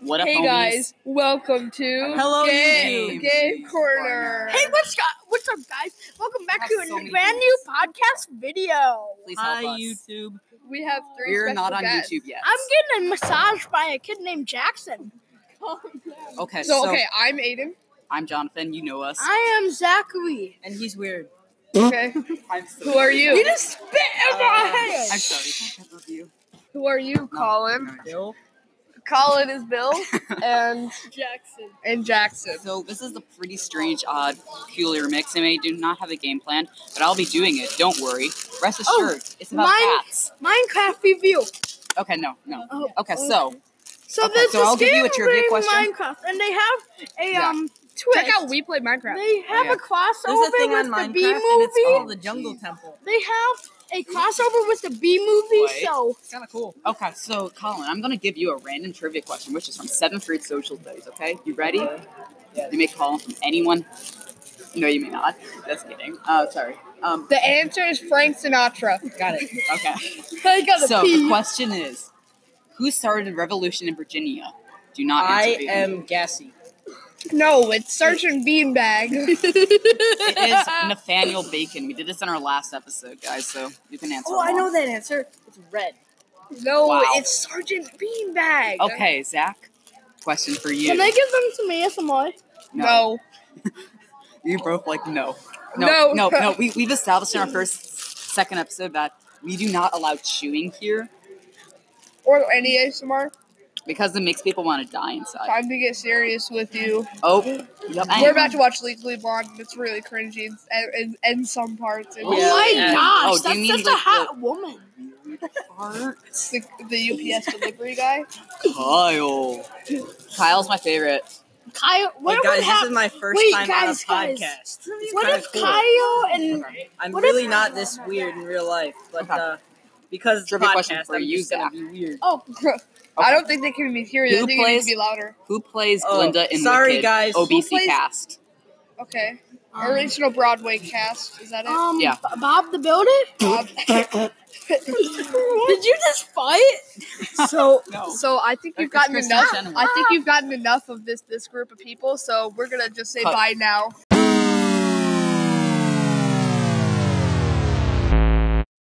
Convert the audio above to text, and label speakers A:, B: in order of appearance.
A: What up,
B: Hey
A: homies?
B: guys, welcome to
C: Hello,
B: Game,
C: YouTube.
B: Game Corner.
D: Hey, what's got, what's up, guys? Welcome back to
A: That's
D: a
A: so many
D: brand new podcast video.
A: Please help
C: Hi,
A: us.
C: YouTube.
B: we have 3
A: We're
B: special
A: not on
B: guests.
A: YouTube yet.
D: I'm getting a massage by a kid named Jackson.
A: Okay,
B: So,
A: so,
B: okay, I'm Aiden.
A: I'm Jonathan. You know us.
D: I am Zachary.
C: And he's weird.
B: Okay,
A: I'm so
B: who are you?
D: just spit in
A: I'm sorry. Oh, I love you.
B: Who are you,
A: No,
B: Colin?
A: no,
C: Bill.
B: Colin is Bill and
D: Jackson.
B: and Jackson.
A: no. So this is a pretty strange, odd, peculiar mix, and I do not have a game plan, but I'll be doing it. Don't worry. Rest
B: Oh,
A: assured, it's about
D: mine-
A: cats.
D: Minecraft review.
A: Okay, no, no.
D: Oh,
A: Okay, so
D: So
A: Okay,
D: there's
A: so
D: this
A: I'll give you
D: game
A: a trivia
D: playing
A: question.
D: Minecraft, and they have a
A: Yeah.
D: um twist.
B: Check out We Play Minecraft.
D: they
A: Oh,
D: have
A: yeah.
D: a crossover
C: There's a thing
D: with
C: on
D: the
C: Minecraft,
D: B
C: and it's
D: movie.
C: called the Jungle Temple.
D: They have a crossover with the B movie.
A: What?
D: So
C: It's kind of cool.
A: okay, so Colin, I'm gonna give you a random trivia question, which is from seventh grade social studies. Okay, you ready? You may call from anyone. No, you may not. Just kidding. Uh, sorry. Um,
B: The answer is Frank Sinatra.
C: Got it.
A: okay.
B: I got a
A: So
B: pee.
A: the question is, who started the revolution in Virginia? Do not
C: I
A: answer. Aiden.
C: am gassy.
B: No, it's Sergeant Beanbag.
A: It is Nathaniel Bacon. We did this in our last episode, guys, so you can answer.
C: Oh, I
A: along.
C: know that answer. It's red.
B: No,
A: Wow.
B: it's Sergeant Beanbag.
A: Okay, Zach. Question for you.
D: can I give them to me as a mod?
B: No.
A: You're both like no.
B: No.
A: No, no, no. We, we've established in our first, second episode that we do not allow chewing here
B: Or any ASMR.
A: because it makes people want to die inside.
B: Time to get serious with you.
A: Oh, yep.
B: We're about to watch Legally Blonde. and It's really cringy in, in, in some parts. And
C: Oh Yeah.
D: my
C: and-
D: gosh,
A: oh, do
D: that's
A: you mean
D: such a
A: like
D: hot woman.
A: Fart.
B: It's the, the UPS delivery guy.
A: Kyle. Kyle's my favorite.
D: Kyle, what
C: Hey, guys,
D: would
C: this
D: happen?
C: is my first
D: Wait,
C: time
D: guys,
C: on a
D: guys.
C: podcast. It's
D: What
C: kinda
D: if
C: cool.
D: Kyle
C: Mm.
D: and
C: I'm
D: what if-
C: really not this weird in real life, but
A: Okay.
C: uh, because it's a
A: Trivia question
C: podcast,
A: for
C: I'm
A: you,
C: just gonna
A: Zach.
C: be weird.
B: Oh,
A: Okay.
B: I don't think they can be here. I
A: Who
B: think it needs
A: plays-
B: to be louder.
A: Who plays
C: Oh,
A: Glinda in
C: sorry,
A: Wicked?
C: guys. Who
A: OBC
B: plays-
A: cast.
B: Okay. Original Broadway cast. Is that it?
D: um
A: Yeah.
D: B- Bob the Builder?
B: Bob.
D: Did you just fight?
C: so
A: No.
B: so I think
A: Like
B: you've gotten
A: Christmas
B: enough.
A: animal.
B: I think you've gotten enough of this this group of people. So we're gonna just say
A: Cut.
B: bye now.